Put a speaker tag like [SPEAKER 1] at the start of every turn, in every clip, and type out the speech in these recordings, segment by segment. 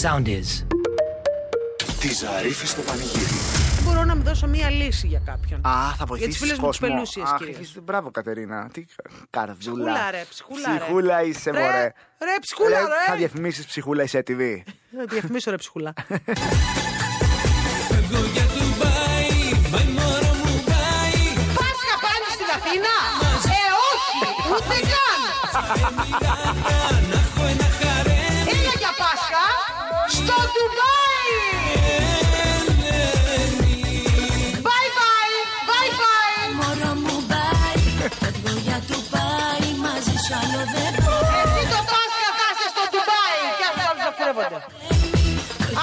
[SPEAKER 1] Sound is.
[SPEAKER 2] Τη Ζαρίφη στο πανηγύρι.
[SPEAKER 3] Μπορώ να μου δώσω μία λύση για κάποιον.
[SPEAKER 4] Α, θα βοηθήσει.
[SPEAKER 3] τις φίλες μου τις πελούσιες, κύριε.
[SPEAKER 4] Μπράβο, Κατερίνα. Τι καρδούλα.
[SPEAKER 3] Ψυχούλα, ρε, ψυχούλα, ρε.
[SPEAKER 4] Ψυχούλα είσαι,
[SPEAKER 3] Ρε,
[SPEAKER 4] μωρέ. Ε,
[SPEAKER 3] ρε, ψυχούλα, ρε.
[SPEAKER 4] Θα διαφημίσει ψυχούλα είσαι TV.
[SPEAKER 3] Θα διαφημίσω ρε ψυχούλα.
[SPEAKER 5] Φεύγω για Ντουμπάι, μπάι μωρό μου μπάι
[SPEAKER 3] Πάσχα πάνε στην Αθήνα! Ε, όχι! Ούτε καν!
[SPEAKER 5] Μιλάνα, να έχω ένα χαρέ
[SPEAKER 3] Έλα για Πάσχα! Στο Ντουμπάι! Bye bye! Bye bye!
[SPEAKER 6] Μωρό μου πάει, φεύγω για του πάει, μαζί σου άλλο δεν
[SPEAKER 3] Εσύ το Πάσχα θα είσαι στο Ντουμπάι! Και άσε όλους να κουρεύονται.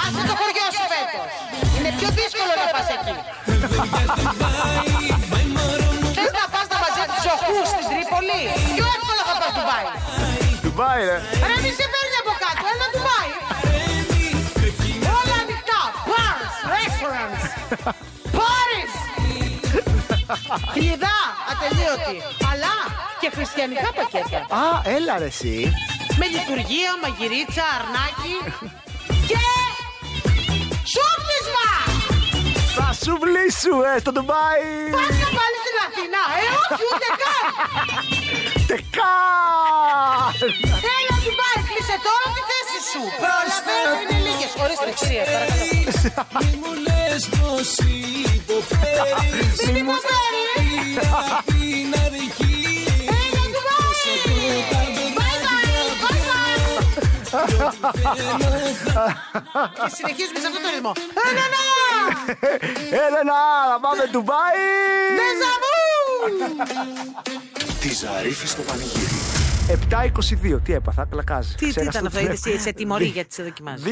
[SPEAKER 3] Άσε το χωριό σου φέτος. Είναι πιο δύσκολο να πας εκεί.
[SPEAKER 5] Μπάι μωρό μου
[SPEAKER 3] Θες να πας να μαζέψεις οχούς στην Τρίπολη. Πιο εύκολα θα πας Ντουμπάι.
[SPEAKER 4] Ντουμπάι, ρε.
[SPEAKER 3] Ρε μη σε παίρνει από κάτω, ε, ένα Ντουμπάι.
[SPEAKER 5] παίρνει Και εκεί
[SPEAKER 3] Όλα ανοιχτά. Bars, restaurants, parties. Κλειδά, ατελείωτη. Αλλά Ε, και χριστιανικά πακέτα.
[SPEAKER 4] Α, έλα ρε εσύ.
[SPEAKER 3] Με λειτουργία, μαγειρίτσα, αρνάκι. Και σούπλισμα.
[SPEAKER 4] Θα σου βλύσου, ε, στο Ντουμπάι.
[SPEAKER 3] Πας να πάλι στην Αθήνα. Ε, όχι, ούτε καν.
[SPEAKER 4] Τεκά.
[SPEAKER 3] Έλα, Ντουμπάι, κλείσε τώρα τη θέση σου. Προλαβαίνω, είναι λίγες. Ορίστε, κυρία, παρακαλώ.
[SPEAKER 5] μη μου λες πως υποφέρεις
[SPEAKER 3] Μην υποφέρει.
[SPEAKER 5] Η αγάπη να ρηγεί
[SPEAKER 3] Έλα, Ντουμπάι. Bye bye, bye bye. Και συνεχίζουμε σε αυτό το ρυθμό. Ένα, ένα!
[SPEAKER 4] Έλενα, να πάμε Ντουμπάι.
[SPEAKER 3] Δεζαβού!
[SPEAKER 2] Τη Ζαρίφη στο πανηγύρι.
[SPEAKER 4] 7-22, τι έπαθα, κλακάζει.
[SPEAKER 3] Τι, τι
[SPEAKER 4] Ξέχασα
[SPEAKER 3] ήταν
[SPEAKER 4] το
[SPEAKER 3] αυτό,
[SPEAKER 4] τηλέφωνο.
[SPEAKER 3] είδε σε τιμωρεί γιατί σε δοκιμάζει.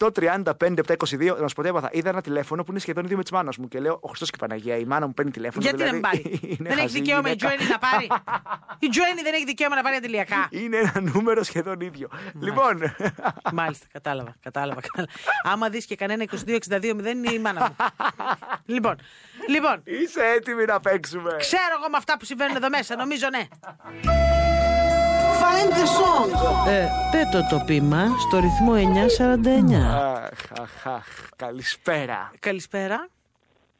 [SPEAKER 4] 2-10-68-35-7-22. Να σου πω τι έπαθα. Είδα ένα τηλέφωνο που είναι σχεδόν ίδιο με της μάνας μου και λέω: Ο Χριστό και η Παναγία, η μάνα μου παίρνει τηλέφωνο.
[SPEAKER 3] Γιατί να μην
[SPEAKER 4] δηλαδή,
[SPEAKER 3] πάρει.
[SPEAKER 4] είναι
[SPEAKER 3] Δεν έχει
[SPEAKER 4] χαζή
[SPEAKER 3] δικαίωμα η
[SPEAKER 4] γυναίκα.
[SPEAKER 3] Τζουένι να πάρει. Η Τζουένι δεν έχει δικαίωμα να πάρει αντιλιακά.
[SPEAKER 4] Είναι ένα νούμερο σχεδόν ίδιο. Λοιπόν,
[SPEAKER 3] Μάλιστα, κατάλαβα. κατάλαβα, κατάλαβα. Άμα δεις και κανένα 22-62-0 είναι η μάνα μου. λοιπόν, λοιπόν,
[SPEAKER 4] είσαι έτοιμοι να παίξουμε.
[SPEAKER 3] ξέρω εγώ με αυτά που συμβαίνουν εδώ μέσα, νομίζω ναι.
[SPEAKER 7] Find the song.
[SPEAKER 8] Ε, πέτω το πείμα στο ρυθμό 949.
[SPEAKER 4] Αχ, αχ, αχ, καλησπέρα.
[SPEAKER 3] Καλησπέρα.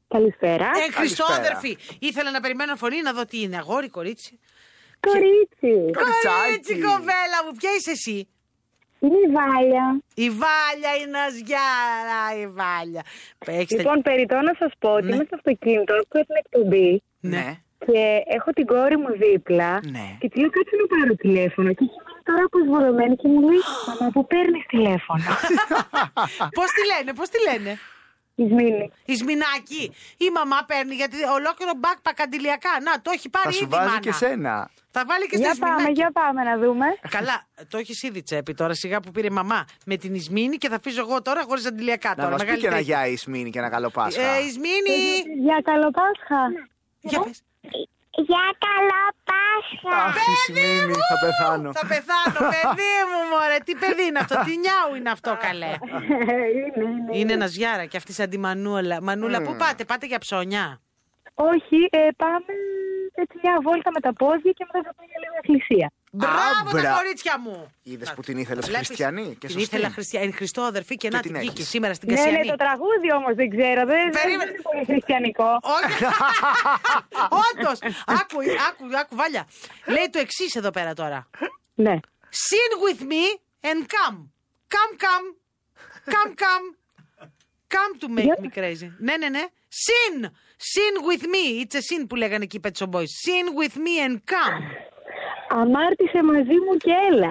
[SPEAKER 9] Καλησπέρα.
[SPEAKER 3] Ε,
[SPEAKER 4] καλησπέρα.
[SPEAKER 3] Χριστόδερφη, ήθελα να περιμένω φωνή να δω τι είναι, αγόρι, κορίτσι.
[SPEAKER 9] Κορίτσι.
[SPEAKER 3] Κορίτσι,
[SPEAKER 4] Κοριτσάκι.
[SPEAKER 3] κοπέλα μου, ποια είσαι εσύ.
[SPEAKER 9] Είναι η Βάλια.
[SPEAKER 3] Η Βάλια είναι ασγιάρα, η Βάλια. Έχεις
[SPEAKER 9] Λοιπόν, περιττώ να σας πω ότι είμαι στο αυτοκίνητο, ακούω την εκπομπή
[SPEAKER 4] Ναι.
[SPEAKER 9] και έχω την κόρη μου δίπλα.
[SPEAKER 4] Ναι.
[SPEAKER 9] Και τη λέω κάτσε να πάρω τηλέφωνο. Και έχει μείνει τώρα αποσβολωμένη και μου λέει Μαμά, πού παίρνεις τηλέφωνο.
[SPEAKER 3] Πώς τη λένε, πώς τη λένε.
[SPEAKER 9] Ισμήνη.
[SPEAKER 3] Η Σμινάκη. Η μαμά παίρνει γιατί ολόκληρο backpack αντιλιακά. Να, το έχει πάρει
[SPEAKER 4] Θα σου
[SPEAKER 3] ήδη
[SPEAKER 4] βάζει
[SPEAKER 3] μάνα.
[SPEAKER 4] και σένα.
[SPEAKER 3] Θα βάλει και στη
[SPEAKER 9] Για
[SPEAKER 3] Σμινάκη.
[SPEAKER 9] πάμε, για πάμε να δούμε.
[SPEAKER 3] Καλά, το έχεις ήδη τσέπη τώρα σιγά που πήρε η μαμά με την Ισμήνη και θα φύγω εγώ τώρα χωρίς αντιλιακά.
[SPEAKER 4] Να
[SPEAKER 3] τώρα,
[SPEAKER 4] μας πει και
[SPEAKER 3] μεγαλύτερη.
[SPEAKER 4] ένα γεια η Σμήνη και ένα καλό Πάσχα.
[SPEAKER 3] Ε, Ισμήνη!
[SPEAKER 9] Για καλό Πάσχα.
[SPEAKER 3] Για πες.
[SPEAKER 9] Για καλό Πάσχα.
[SPEAKER 4] Αχ, η Σμήνη, θα πεθάνω.
[SPEAKER 3] Θα πεθάνω, παιδί μου, μωρέ. Τι παιδί είναι αυτό, τι νιάου είναι αυτό, καλέ.
[SPEAKER 9] Ε, είναι, είναι.
[SPEAKER 3] Είναι ένας γιάρα και αυτής σαν τη Μανούλα. Μανούλα,
[SPEAKER 4] Ε.
[SPEAKER 3] πού πάτε, πάτε για ψώνια.
[SPEAKER 9] Όχι, ε, πάμε έτσι μια βόλτα με τα πόδια και μετά θα πάμε για λίγο εκκλησία.
[SPEAKER 3] Μπράβο τα
[SPEAKER 4] μπρα-
[SPEAKER 3] κορίτσια μου!
[SPEAKER 4] Είδες
[SPEAKER 3] Να-
[SPEAKER 4] που την ήθελες
[SPEAKER 3] βλέπεις,
[SPEAKER 4] χριστιανή και
[SPEAKER 3] Την
[SPEAKER 4] σωστή.
[SPEAKER 3] ήθελα χριστιανή. Χριστόδερφη και, να
[SPEAKER 4] την
[SPEAKER 3] την βγήκε
[SPEAKER 4] έχεις.
[SPEAKER 3] σήμερα στην
[SPEAKER 9] Ναι,
[SPEAKER 3] Κασιανή.
[SPEAKER 9] ναι, το τραγούδι όμως δεν ξέρω. Δεν δεν
[SPEAKER 3] Περίμενε.
[SPEAKER 9] είναι πολύ χριστιανικό.
[SPEAKER 3] Όχι. Όντως. Άκου, άκου, άκου, βάλια. Λέει το εξής εδώ πέρα τώρα.
[SPEAKER 9] Ναι.
[SPEAKER 3] Sing with me and come. Come, come. Come, come. Come to make me crazy. Ναι, ναι, ναι. Sin. Sin with me. It's a sin που λέγανε εκεί οι Pet Shop Boys. Sin with me and come.
[SPEAKER 9] Αμάρτησε μαζί μου και έλα.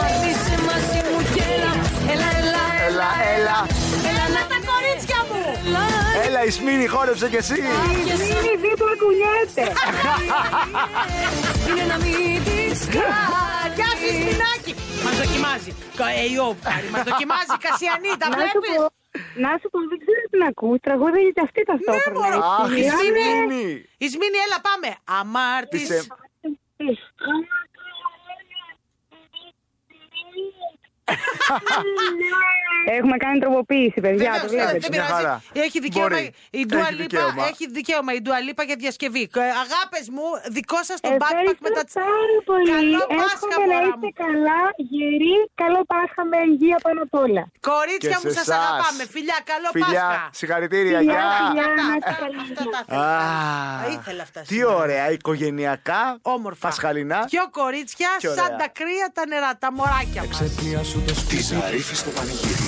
[SPEAKER 6] Μαζί μαζί μου και έλα, έλα, έλα,
[SPEAKER 4] Έλα, έλα,
[SPEAKER 6] έλα να τα κορίτσια μου. Έλα,
[SPEAKER 4] έλα, η Σμήνη, χόρεψε κι εσύ.
[SPEAKER 6] και εσύ
[SPEAKER 9] Είναι δίπλα κουνιέται.
[SPEAKER 6] είναι να μην της
[SPEAKER 3] Γεια σου,
[SPEAKER 9] Ε.
[SPEAKER 3] Σπινάκι! Μας δοκιμάζει. ε, Καεϊό, μας δοκιμάζει η Κασιανή, τα
[SPEAKER 9] να σου
[SPEAKER 3] βλέπεις.
[SPEAKER 9] πω, να σου πω, δεν ξέρω τι να ακούς. Τραγούδια και αυτή ταυτόχρονα.
[SPEAKER 3] Ναι, μωρό.
[SPEAKER 4] Αχ, η
[SPEAKER 9] Μιλάμε-
[SPEAKER 4] Σμήνη.
[SPEAKER 3] Ισμήνη, έλα, πάμε. Αμάρτης.
[SPEAKER 4] Είσαι-
[SPEAKER 9] Έχουμε κάνει τροποποίηση, παιδιά.
[SPEAKER 3] Βεβαίως,
[SPEAKER 9] το
[SPEAKER 3] ναι,
[SPEAKER 9] βλέπετε.
[SPEAKER 3] δεν
[SPEAKER 4] Μια χαρά.
[SPEAKER 3] πειράζει. Έχει δικαίωμα
[SPEAKER 4] Μπορεί.
[SPEAKER 3] η Dua
[SPEAKER 4] Έχει
[SPEAKER 3] Lipa,
[SPEAKER 4] δικαίωμα.
[SPEAKER 3] έχει δικαίωμα η Dua Lipa για διασκευή. Αγάπες μου, δικό σας το backpack
[SPEAKER 9] Ευχαριστώ
[SPEAKER 3] μετά τις-
[SPEAKER 9] πάρα πολύ.
[SPEAKER 3] Καλό Πάσχα,
[SPEAKER 9] Εύχομαι να
[SPEAKER 3] μωρά μου.
[SPEAKER 9] είστε καλά, γεροί. Καλό Πάσχα με υγεία πάνω απ' όλα.
[SPEAKER 3] Κορίτσια
[SPEAKER 4] Και
[SPEAKER 3] μου,
[SPEAKER 4] σε
[SPEAKER 3] σας
[SPEAKER 4] εσάς.
[SPEAKER 3] αγαπάμε. Φιλιά, καλό Πάσχα.
[SPEAKER 4] Φιλιά, συγχαρητήρια.
[SPEAKER 9] Φιλιά,
[SPEAKER 4] Γεια.
[SPEAKER 9] φιλιά.
[SPEAKER 3] Αυτά,
[SPEAKER 9] να
[SPEAKER 3] αυτά,
[SPEAKER 9] είστε καλά.
[SPEAKER 3] αυτά τα ήθελα.
[SPEAKER 4] Α,
[SPEAKER 3] Τα ήθελα αυτά.
[SPEAKER 4] Τι
[SPEAKER 3] σήμερα.
[SPEAKER 4] ωραία, οικογενειακά,
[SPEAKER 3] Όμορφα.
[SPEAKER 4] πασχαλινά.
[SPEAKER 3] Πιο κορίτσια,
[SPEAKER 4] Και ωραία.
[SPEAKER 3] σαν τα κρύα τα νερά, τα μωράκια μας.
[SPEAKER 2] Τη Ζαρίφη στο πανηγύρι.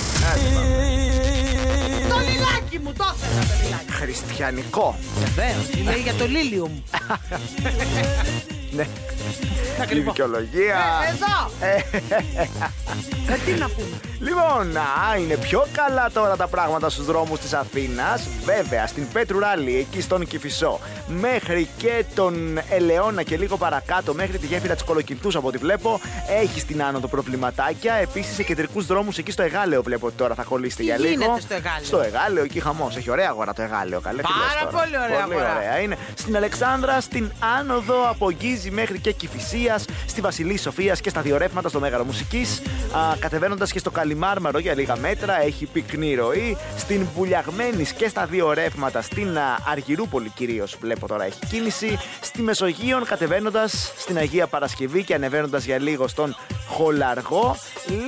[SPEAKER 3] Το λιλάκι μου, το ήθελα το λιλάκι.
[SPEAKER 4] Χριστιανικό.
[SPEAKER 3] Βεβαίω. Λέει για το λίλιουμ.
[SPEAKER 4] Ναι. Η δικαιολογία.
[SPEAKER 3] Εδώ. Ε, Τι να πούμε.
[SPEAKER 4] Λοιπόν, α, είναι πιο καλά τώρα τα πράγματα στους δρόμους της Αθήνας. Βέβαια, στην Πέτρου Ράλι, εκεί στον Κηφισό, μέχρι και τον Ελαιώνα και λίγο παρακάτω, μέχρι τη γέφυρα της Κολοκυμπτούς από ό,τι βλέπω, έχει στην άνοδο προβληματάκια. Επίσης, σε κεντρικούς δρόμους εκεί στο Εγάλεο βλέπω ότι τώρα θα κολλήσετε
[SPEAKER 3] Τι
[SPEAKER 4] για λίγο.
[SPEAKER 3] γίνεται στο Εγάλεο?
[SPEAKER 4] Στο Εγάλεο, εκεί χαμός. Έχει ωραία αγορά το Εγάλεο, καλέ. τι
[SPEAKER 3] Πάρα
[SPEAKER 4] λες τώρα.
[SPEAKER 3] πολύ ωραία
[SPEAKER 4] πολύ
[SPEAKER 3] αγορά.
[SPEAKER 4] ωραία είναι. Στην Αλεξάνδρα, στην Άνοδο, από Γκίζη μέχρι και Κυφυσία, στη Βασιλή Σοφία και στα διορεύματα στο Μέγαρο Μουσική. Κατεβαίνοντα και στο Καλιμάρμαρο για λίγα μέτρα, έχει πυκνή ροή. Στην Πουλιαγμένη και στα διορεύματα στην α, Αργυρούπολη κυρίω βλέπω τώρα έχει κίνηση. Στη Μεσογείων κατεβαίνοντα στην Αγία Παρασκευή και ανεβαίνοντα για λίγο στον Χολαργό.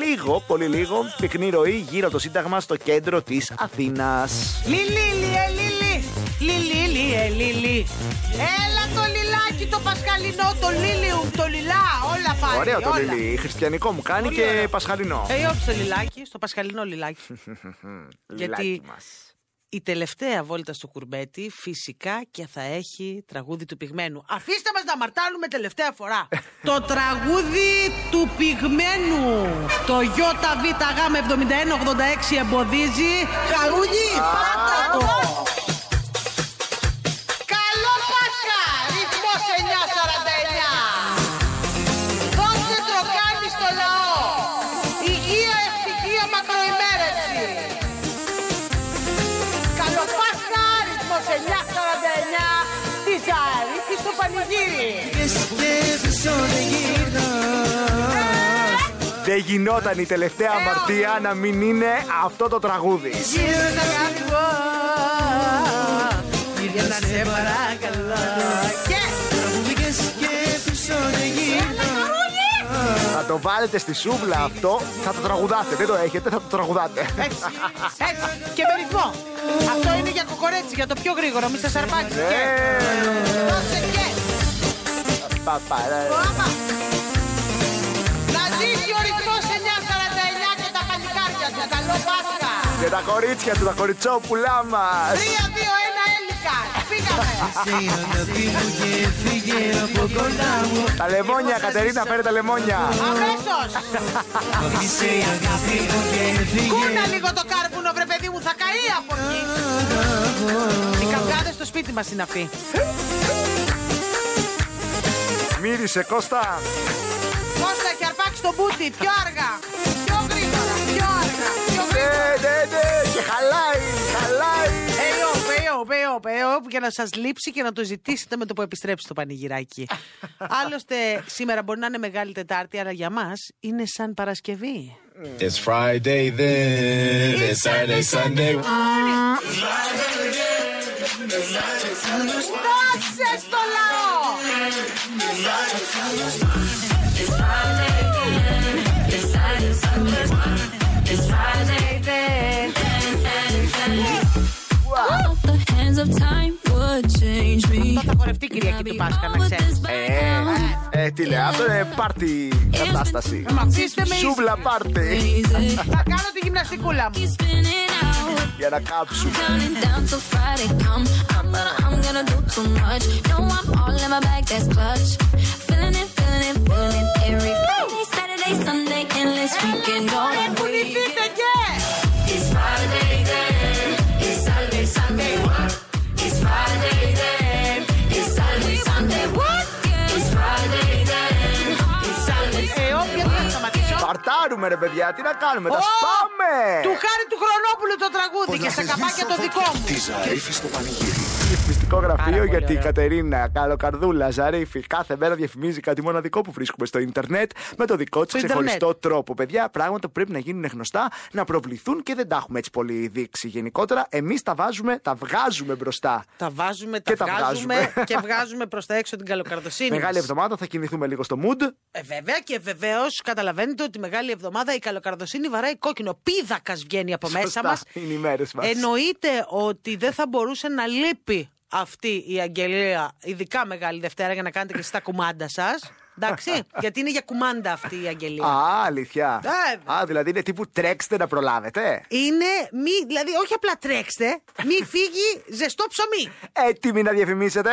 [SPEAKER 4] Λίγο, πολύ λίγο, πυκνή ροή γύρω το Σύνταγμα στο κέντρο της Αθήνας.
[SPEAKER 3] Λι, λι, λι, ε, λι, λι. Λι, λι, λι, ε, λι, λι. Έλα το λιλάκι το πασχαλινό, το λίλιουμ, το λιλά, όλα πάλι.
[SPEAKER 4] Ωραίο το
[SPEAKER 3] όλα.
[SPEAKER 4] Λίλι. Χριστιανικό μου κάνει
[SPEAKER 3] Πολύ
[SPEAKER 4] και
[SPEAKER 3] ωραίο.
[SPEAKER 4] πασχαλινό.
[SPEAKER 3] Ε, όψε το λιλάκι, στο πασχαλινό λιλάκι. γιατί-
[SPEAKER 4] Λιλάκι μας.
[SPEAKER 3] Η τελευταία βόλτα στο κουρμπέτι φυσικά και θα έχει τραγούδι του πυγμένου. Αφήστε μας να μαρτάνουμε τελευταία φορά. το τραγούδι του πυγμένου. Το ΙΒΓ7186 εμποδίζει. Χαρούνι, πάτα το. Καλό Πάσχα, ρυθμός 949. Δώστε τροκάνι στο λαό. Υγεία, ευτυχία, μακροημέρευση. Καλό Πάσχα, αριθμός 949 της Ζαρίφης στο πανηγύρι.
[SPEAKER 4] Δεν γινόταν η τελευταία
[SPEAKER 3] Ε,
[SPEAKER 4] αμαρτία να μην είναι αυτό το τραγούδι.
[SPEAKER 3] Γύρω τα κακό, γύρια να σε παρακαλώ. Και
[SPEAKER 4] Θα το βάλετε στη σούβλα αυτό, θα το τραγουδάτε. Δεν το έχετε, θα το τραγουδάτε.
[SPEAKER 3] έτσι, έτσι, και με ρυθμό. Αυτό είναι για κοκορέτσι, για το πιο γρήγορο, μη σε σαρπάξει.
[SPEAKER 4] Ναι.
[SPEAKER 3] Και, δώσε και,
[SPEAKER 4] Ε, Πα, πα, ρε.
[SPEAKER 3] το άμα. Να ζήσει ο ρυθμός 949 και τα παλικάρια του. Καλό Πάσχα.
[SPEAKER 4] Και τα κορίτσια του, τα κοριτσόπουλά μας.
[SPEAKER 3] 3-2-1 έλικα. Φύγαμε. Ε,
[SPEAKER 4] Τα λεμόνια, Κατερίνα, φέρε τα λεμόνια.
[SPEAKER 3] Αμέσως! Κούνα λίγο το κάρπουνο, βρε παιδί μου, θα καεί από εκεί. Οι καυγάδες στο σπίτι μας είναι αυτοί.
[SPEAKER 4] Μύρισε, Κώστα.
[SPEAKER 3] Κώστα έχει αρπάξει το μπούτι, πιο αργά. Πιο γρήγορα, πιο αργά. Πιο
[SPEAKER 4] Ναι,
[SPEAKER 3] γρήγορα.
[SPEAKER 4] ναι, ναι. Και χαλάει, χαλάει.
[SPEAKER 3] Hey up, hey up, hey up, hey up, για να σας λείψει και να το ζητήσετε με το που επιστρέψει το πανηγυράκι. Άλλωστε, σήμερα μπορεί να είναι Μεγάλη Τετάρτη, αλλά για μας είναι σαν Παρασκευή.
[SPEAKER 1] It's Friday then. It's Saturday, Sunday.
[SPEAKER 3] Δώσε στο λαό!
[SPEAKER 6] Hope the hands of time would change me.
[SPEAKER 3] Αυτό θα χορευτεί Κυριακή του Πάσχα, να ξέρεις.
[SPEAKER 4] Ε, ε, τι λέει, αυτό είναι πάρτι κατάσταση.
[SPEAKER 3] Μ' αφήσετε Ε, με Ε, ήσυχη.
[SPEAKER 4] Σούβλα πάρτι.
[SPEAKER 3] Θα κάνω τη γυμναστικούλα μου.
[SPEAKER 6] Spinning out,
[SPEAKER 4] Για να κάψουμε.
[SPEAKER 6] counting down till Friday come. I'm gonna, I'm gonna do too much. No, I'm all in my bag, that's clutch. Feeling it, feeling it, feeling it every Friday, Saturday, Sunday, endless weekend all
[SPEAKER 3] Ε, που
[SPEAKER 6] week.
[SPEAKER 3] νηθείτε και!
[SPEAKER 6] It's Friday then, it's Saturday, Sunday, what? It's Friday then, it's Saturday, Sunday, what? It's Friday then, it's Saturday,
[SPEAKER 3] Ε, όποια θα σταματήσω.
[SPEAKER 4] Παρτάρουμε ρε παιδιά, τι να κάνουμε,
[SPEAKER 3] Ω,
[SPEAKER 4] τα σπάμε!
[SPEAKER 3] Του χάρη του Χρονόπουλου το τραγούδι και στα καπάκια το δικό μου.
[SPEAKER 2] Της Ζαρίφης στο πανηγύρι.
[SPEAKER 4] διαφημιστικό γραφείο
[SPEAKER 3] πολύ
[SPEAKER 4] γιατί η
[SPEAKER 3] ωραίο.
[SPEAKER 4] Κατερίνα Καλοκαρδούλα Ζαρίφη κάθε μέρα διαφημίζει κάτι μοναδικό που βρίσκουμε στο ίντερνετ με το δικό της
[SPEAKER 3] Στο
[SPEAKER 4] ξεχωριστό τρόπο. Παιδιά, πράγματα που πρέπει να γίνουν γνωστά, να προβληθούν και δεν τα έχουμε έτσι πολύ δείξει γενικότερα. Εμείς τα βάζουμε, τα βγάζουμε μπροστά.
[SPEAKER 3] Τα βάζουμε, τα,
[SPEAKER 4] Και τα
[SPEAKER 3] βγάζουμε,
[SPEAKER 4] βγάζουμε.
[SPEAKER 3] και βγάζουμε προς τα έξω την καλοκαρδοσύνη.
[SPEAKER 4] Μεγάλη
[SPEAKER 3] μας.
[SPEAKER 4] εβδομάδα θα κινηθούμε λίγο στο mood.
[SPEAKER 3] Ε, βέβαια και βεβαίως καταλαβαίνετε ότι μεγάλη εβδομάδα η καλοκαρδοσύνη βαράει κόκκινο. Πίδακας βγαίνει από μέσα
[SPEAKER 4] Σωστά,
[SPEAKER 3] μας.
[SPEAKER 4] είναι οι μέρες μας.
[SPEAKER 3] Εννοείται ότι δεν θα μπορούσε να λείπει αυτή η αγγελία, ειδικά Μεγάλη Δευτέρα, για να κάνετε και εσείς τα κουμάντα σας. Εντάξει, γιατί είναι για κουμάντα αυτή η αγγελία.
[SPEAKER 4] Α, αλήθεια.
[SPEAKER 3] Ε,
[SPEAKER 4] Α, δηλαδή είναι τύπου τρέξτε να προλάβετε.
[SPEAKER 3] Είναι μη, δηλαδή όχι απλά τρέξτε, μη φύγει ζεστό ψωμί.
[SPEAKER 4] Έτοιμοι να διαφημίσετε.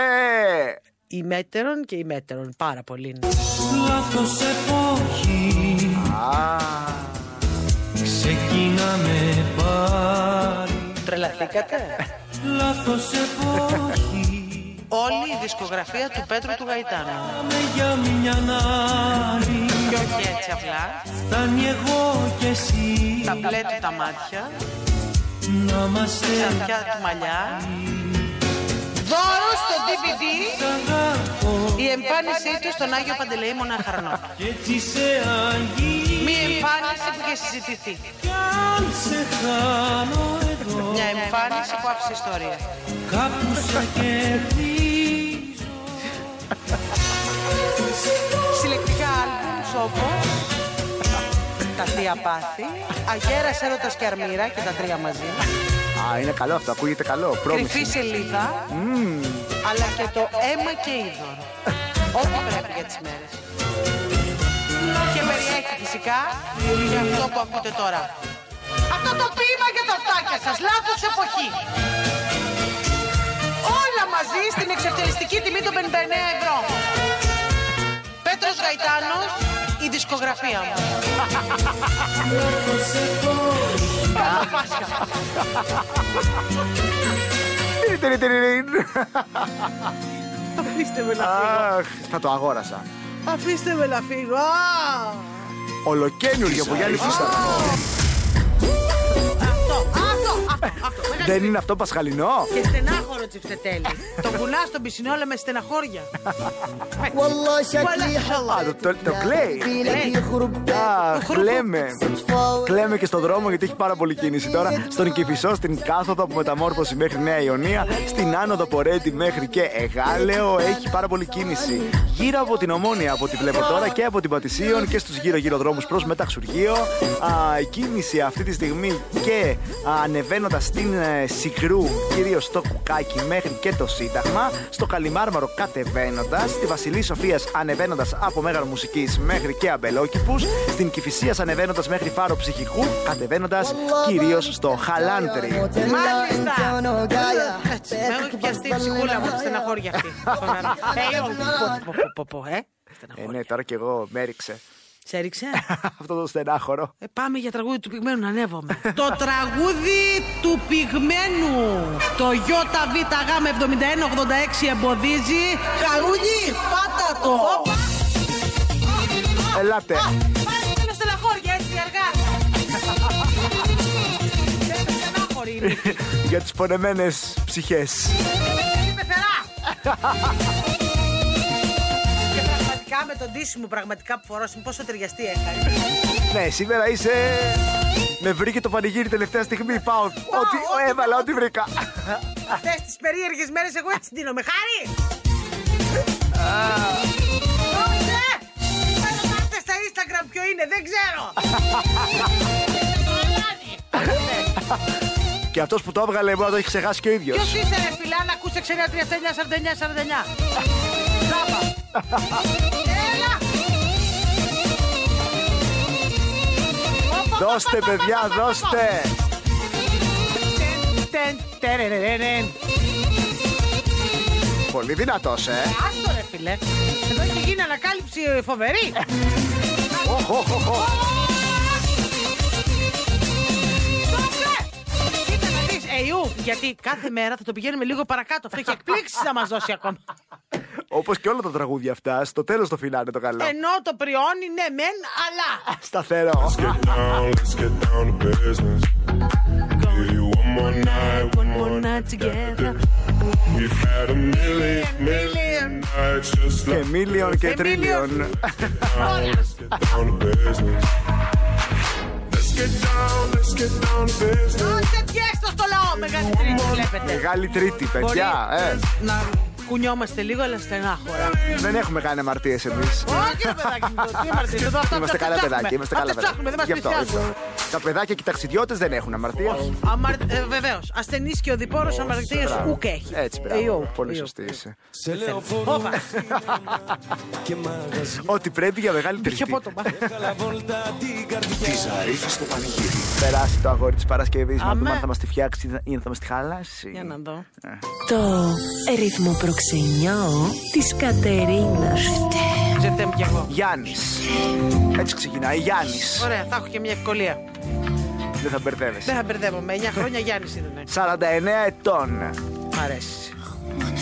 [SPEAKER 3] Ημέτερον και ημέτερον, πάρα πολύ είναι.
[SPEAKER 5] Λάθος εποχή
[SPEAKER 4] Α,
[SPEAKER 5] Ξεκινάμε πάλι
[SPEAKER 3] Τρελαθήκατε.
[SPEAKER 5] Λάθος εποχή
[SPEAKER 3] Όλη η δισκογραφία του Πέτρου του Γαϊτάνου.
[SPEAKER 5] Με για μια άλλη
[SPEAKER 3] Και όχι έτσι απλά,
[SPEAKER 5] Φτάνει εγώ κι εσύ
[SPEAKER 3] τα μπλε του τα μάτια,
[SPEAKER 5] Να είμαστε
[SPEAKER 3] τα πια του μαλλιά. Δώρο στο DVD
[SPEAKER 5] αγαπώ
[SPEAKER 3] η εμφάνισή του στον Άγιο Παντελεήμονα Χαρνό.
[SPEAKER 5] Κι έτσι σε αγγίγω
[SPEAKER 3] Μία εμφάνιση που είχε συζητηθεί.
[SPEAKER 5] Κι αν σε χάνω εδώ
[SPEAKER 3] Μια εμφάνιση που άφησε ιστορία.
[SPEAKER 5] Κάπου σε κερδίζω
[SPEAKER 3] Συλλεκτικά άλμπουμ, σόπο, τα θεία πάθη, αγέρας έρωτας και αρμύρα και τα τρία μαζί,
[SPEAKER 4] α, είναι καλό αυτό, ακούγεται καλό. Πρόμηση.
[SPEAKER 3] κρυφή σελίδα, αλλά και το αίμα και είδωρ. Ό,τι πρέπει για τις μέρες. Και περιέχει φυσικά και αυτό που ακούτε τώρα. Αυτό το ποίημα για τα φτάκια σας, λάθος εποχή. Όλα μαζί στην εξευτελιστική τιμή των 59 ευρώ. Πέτρος Γαϊτάνος, η δισκογραφία μου. Καλό Πάσχα.
[SPEAKER 4] Τιρι, τιρι, τιρι.
[SPEAKER 3] Αφήστε με να φύγω.
[SPEAKER 4] Αχ, θα το αγόρασα.
[SPEAKER 3] Αφήστε με να φύγω. Α!
[SPEAKER 4] Ολοκένουργιο που Γιάννη Φούστα.
[SPEAKER 3] Αυτό, αυτό, αυτό, αυτό. Μεγάλη
[SPEAKER 4] Δεν είναι αυτό πασχαλινό.
[SPEAKER 3] Και στενάχωρο τσιφτετέλη. το κουνά στον πισινό, αλλά με στεναχώρια.
[SPEAKER 7] والله شكلي
[SPEAKER 3] والله
[SPEAKER 4] Α, το,
[SPEAKER 7] حلال
[SPEAKER 4] το, το κλαίει.
[SPEAKER 3] Ε,
[SPEAKER 7] لك يخرب
[SPEAKER 4] Αχ, κλαίμε.
[SPEAKER 7] بالك
[SPEAKER 4] Κλαίμε και στον δρόμο γιατί έχει πάρα πολύ κίνηση τώρα. Στον Κυφισό, στην κάθοδο από μεταμόρφωση μέχρι Νέα Ιωνία, στην άνοδο Πορέτη μέχρι και Εγάλεο έχει πάρα πολύ κίνηση. Γύρω από την Ομόνια, από ό,τι βλέπω τώρα, και από την Πατησίων και στους γύρω-γύρω δρόμους προς Μεταξουργείο. Α, η κίνηση αυτή τη στιγμή και ανεβαίνοντα στην ε, Σικρού, κυρίως στο Κουκάκι μέχρι και το Σύνταγμα, στο Καλιμάρμαρο κατεβαίνοντας, στη Βασιλής Σοφίας ανεβαίνοντας από Μέγαρο Μουσικής μέχρι και Αμπελόκηπους, στην Κυφυσίας ανεβαίνοντας μέχρι Φάρο Ψυχικού, κατεβαίνοντας κυρίως στο Χαλάντρι.
[SPEAKER 3] Μάλιστα. Έτσι, με έχω πιαστεί η ψυχούλα μου, τη στεναχώρια αυτή. Ε, όχι, πω, πω, πω, πω, πω, ε.
[SPEAKER 4] Ε,
[SPEAKER 3] Στεναχώρια.
[SPEAKER 4] ναι, τώρα κι εγώ με έριξε
[SPEAKER 3] Σε έριξε.
[SPEAKER 4] αυτό το στενάχωρο.
[SPEAKER 3] Ε, πάμε για τραγούδι του πυγμένου να ανέβομαι. το τραγούδι του πυγμένου. Το ΙΒΓ7186 εμποδίζει. Χαρούνι, πάτα το. Όπα.
[SPEAKER 4] Ελάτε.
[SPEAKER 3] Πάρε ένα στεναχώρια έτσι αργά. Είμαι στενάχωρη, είμαι.
[SPEAKER 4] για τις πονεμένες ψυχές.
[SPEAKER 3] Είμαι θερά. Και πραγματικά με τον τύσι μου πραγματικά που φορώ, είμαι πόσο ταιριαστή έκανε.
[SPEAKER 4] Ναι, σήμερα είσαι... Με βρήκε το πανηγύρι τελευταία στιγμή. Πάω. Ό,τι
[SPEAKER 3] ό,τι-
[SPEAKER 4] έβαλα, ό,τι βρήκα.
[SPEAKER 3] Αυτές τις περίεργες μέρες εγώ έτσι δίνω με χάρη. Δώσε! Βάλε ναι! πάτε στα Instagram ποιο είναι, δεν ξέρω.
[SPEAKER 4] Και αυτός που το έβγαλε μπορεί να το έχει ξεχάσει και ο ίδιος.
[SPEAKER 3] Ποιος είσαι ρε φιλά να ακούσε 6939 49 49. Ζάπα. Έλα.
[SPEAKER 4] Δώστε, παιδιά, δώστε!
[SPEAKER 3] Τεν, τερερερερεν.
[SPEAKER 4] Πολύ δυνατός, ε!
[SPEAKER 3] Άστο ρε φιλέ. ε, Εδώ έχει γίνει ανακάλυψη ε, φοβερή.
[SPEAKER 4] Οχ, οχ, οχ, οχ.
[SPEAKER 3] Κοίτα να δεις, ε, ιού, γιατί κάθε μέρα θα το πηγαίνουμε λίγο παρακάτω. Αυτό έχει εκπλήξεις να μας δώσει ακόμα.
[SPEAKER 4] Όπως και όλα τα τραγούδια αυτά, στο τέλος το φυλάνε το καλό.
[SPEAKER 3] Ενώ το πριόνι, ναι, μεν, αλλά.
[SPEAKER 4] Σταθερό.
[SPEAKER 2] Let's get down to business. Give you one more night, one more night together. We've had a million, million nights just
[SPEAKER 4] Και
[SPEAKER 2] like
[SPEAKER 4] μίλιον και τρίλιον.
[SPEAKER 2] Let's get down to business. Let's get down, let's get down to business.
[SPEAKER 3] Δώστε πιέστο στο λαό, μεγάλη τρίτη, βλέπετε.
[SPEAKER 4] Μεγάλη Τρίτη, παιδιά. ε.
[SPEAKER 3] να κουνιόμαστε λίγο, αλλά στενά χωρά.
[SPEAKER 4] Δεν έχουμε κάνει αμαρτίες εμείς.
[SPEAKER 3] Όχι, ρε παιδάκι μου, τι αμαρτύρε. Εδώ αυτά
[SPEAKER 4] Είμαστε
[SPEAKER 3] αυτά
[SPEAKER 4] καλά
[SPEAKER 3] τα
[SPEAKER 4] παιδάκια.
[SPEAKER 3] ψάχνουμε.
[SPEAKER 4] Είμαστε
[SPEAKER 3] Αυτά
[SPEAKER 4] καλά
[SPEAKER 3] τα ψάχνουμε, δεν
[SPEAKER 4] παιδάκια.
[SPEAKER 3] μας
[SPEAKER 4] Γι' αυτό,
[SPEAKER 3] πλησιάζουν.
[SPEAKER 4] γι' αυτό. Τα παιδάκια και οι ταξιδιώτες δεν έχουν αμαρτία.
[SPEAKER 3] Αμαρ... Ε, Βεβαίως. Ασθενής και οδηπόρος αμαρτία ούκ έχει.
[SPEAKER 4] Έτσι,
[SPEAKER 3] Ιού,
[SPEAKER 4] μπράβο. Πολύ
[SPEAKER 3] ιού.
[SPEAKER 4] σωστή είσαι.
[SPEAKER 1] Σε λεωφόρο
[SPEAKER 3] Φόβα.
[SPEAKER 1] και μαγαζιά.
[SPEAKER 4] Ό,τι πρέπει για μεγάλη
[SPEAKER 3] Πιο
[SPEAKER 4] τρίτη.
[SPEAKER 3] πότομα.
[SPEAKER 1] Καλά βόλτα την καρδιά.
[SPEAKER 2] Της Ζαρίφη στο πανηγύρι.
[SPEAKER 4] Περάσει το αγόρι της Παρασκευής. Να
[SPEAKER 3] Αμέ.
[SPEAKER 4] δούμε αν θα μας τη φτιάξει ή αν θα μας τη χαλάσει.
[SPEAKER 3] Για να δω.
[SPEAKER 10] Το ρυθμό προξενιό της Κατερίνας.
[SPEAKER 3] Ζετέμ κι εγώ.
[SPEAKER 4] Γιάννης. Έτσι ξεκινάει. Γιάννης.
[SPEAKER 3] Ωραία, θα έχω και μια ευκολία.
[SPEAKER 4] Δεν θα μπερδεύεσαι.
[SPEAKER 3] Δεν θα μπερδεύομαι. 9 χρόνια Γιάννης ήταν.
[SPEAKER 4] 49 ετών.
[SPEAKER 3] Μ' αρέσει.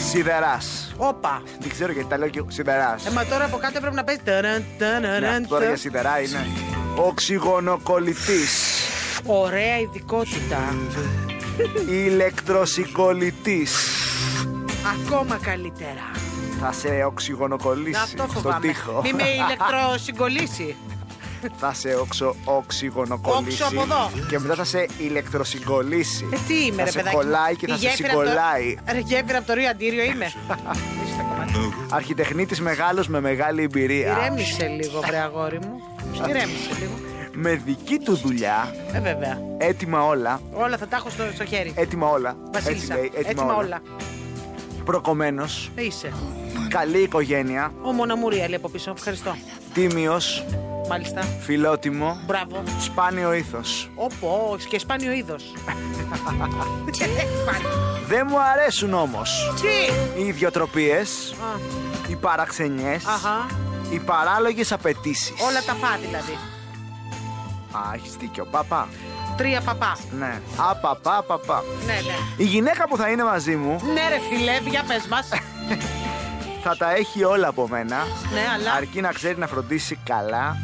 [SPEAKER 4] Σιδεράς.
[SPEAKER 3] Όπα.
[SPEAKER 4] Δεν ξέρω γιατί τα λέω και σιδεράς.
[SPEAKER 3] Ε, μα τώρα από κάτω πρέπει να παίζει. Ταραν, ταραν,
[SPEAKER 4] Ναι, Τώρα για
[SPEAKER 3] ταραν.
[SPEAKER 4] σιδερά είναι. Οξυγονοκολλητής.
[SPEAKER 3] Ωραία ειδικότητα.
[SPEAKER 4] Ηλεκτροσυγκολητή.
[SPEAKER 3] Ακόμα καλύτερα.
[SPEAKER 4] Θα σε οξυγονοκολλήσει
[SPEAKER 3] Αυτό
[SPEAKER 4] στον
[SPEAKER 3] φοβάμαι.
[SPEAKER 4] τοίχο.
[SPEAKER 3] Μη με ηλεκτροσυγκολήσει.
[SPEAKER 4] θα σε όξο, οξυγονοκολλήσει.
[SPEAKER 3] Όξο από εδώ.
[SPEAKER 4] Και μετά θα σε ηλεκτροσυγκολήσει.
[SPEAKER 3] Ε, τι είμαι,
[SPEAKER 4] θα
[SPEAKER 3] ρε
[SPEAKER 4] σε
[SPEAKER 3] παιδάκι.
[SPEAKER 4] κολλάει και
[SPEAKER 3] Η
[SPEAKER 4] θα σε
[SPEAKER 3] γέφυρα από το-
[SPEAKER 4] συγκολλάει.
[SPEAKER 3] Ρε γέφυρα από το Ρίο Αντίριο είμαι.
[SPEAKER 4] Αρχιτεχνίτης μεγάλος με μεγάλη εμπειρία.
[SPEAKER 3] Ηρέμησε λίγο, βρε αγόρι μου. Ηρέμησε λίγο.
[SPEAKER 4] Με δική του δουλειά,
[SPEAKER 3] Ε, βέβαια.
[SPEAKER 4] έτοιμα όλα,
[SPEAKER 3] Όλα θα τα έχω στο, στο χέρι.
[SPEAKER 4] έτοιμα όλα,
[SPEAKER 3] Βασίλισσα.
[SPEAKER 4] έτσι λέει, έτοιμα,
[SPEAKER 3] Έτοιμα
[SPEAKER 4] όλα,
[SPEAKER 3] όλα. Ε,
[SPEAKER 4] προκομμένος,
[SPEAKER 3] Είσαι.
[SPEAKER 4] καλή οικογένεια,
[SPEAKER 3] Ο μοναμουρία λέει από πίσω. Ευχαριστώ.
[SPEAKER 4] τίμιος,
[SPEAKER 3] Μάλιστα.
[SPEAKER 4] φιλότιμο,
[SPEAKER 3] Μπράβο.
[SPEAKER 4] σπάνιο ήθος.
[SPEAKER 3] Όπω και σπάνιο είδος.
[SPEAKER 4] Δεν μου αρέσουν όμως
[SPEAKER 3] Τι!
[SPEAKER 4] οι ιδιοτροπίες,
[SPEAKER 3] Α,
[SPEAKER 4] οι παραξενιές,
[SPEAKER 3] Αχα.
[SPEAKER 4] οι παράλογες απαιτήσεις.
[SPEAKER 3] Όλα τα πά δηλαδή.
[SPEAKER 4] Α, έχεις δίκιο, παπά.
[SPEAKER 3] Τρία παπά.
[SPEAKER 4] Ναι, απαπά, παπά.
[SPEAKER 3] Ναι,
[SPEAKER 4] Η
[SPEAKER 3] ναι.
[SPEAKER 4] γυναίκα που θα είναι μαζί μου
[SPEAKER 3] Ναι, ρε φιλέ, για πες μας.
[SPEAKER 4] θα τα έχει όλα από μένα.
[SPEAKER 3] Ναι, αλλά-
[SPEAKER 4] Αρκεί να ξέρει να φροντίσει καλά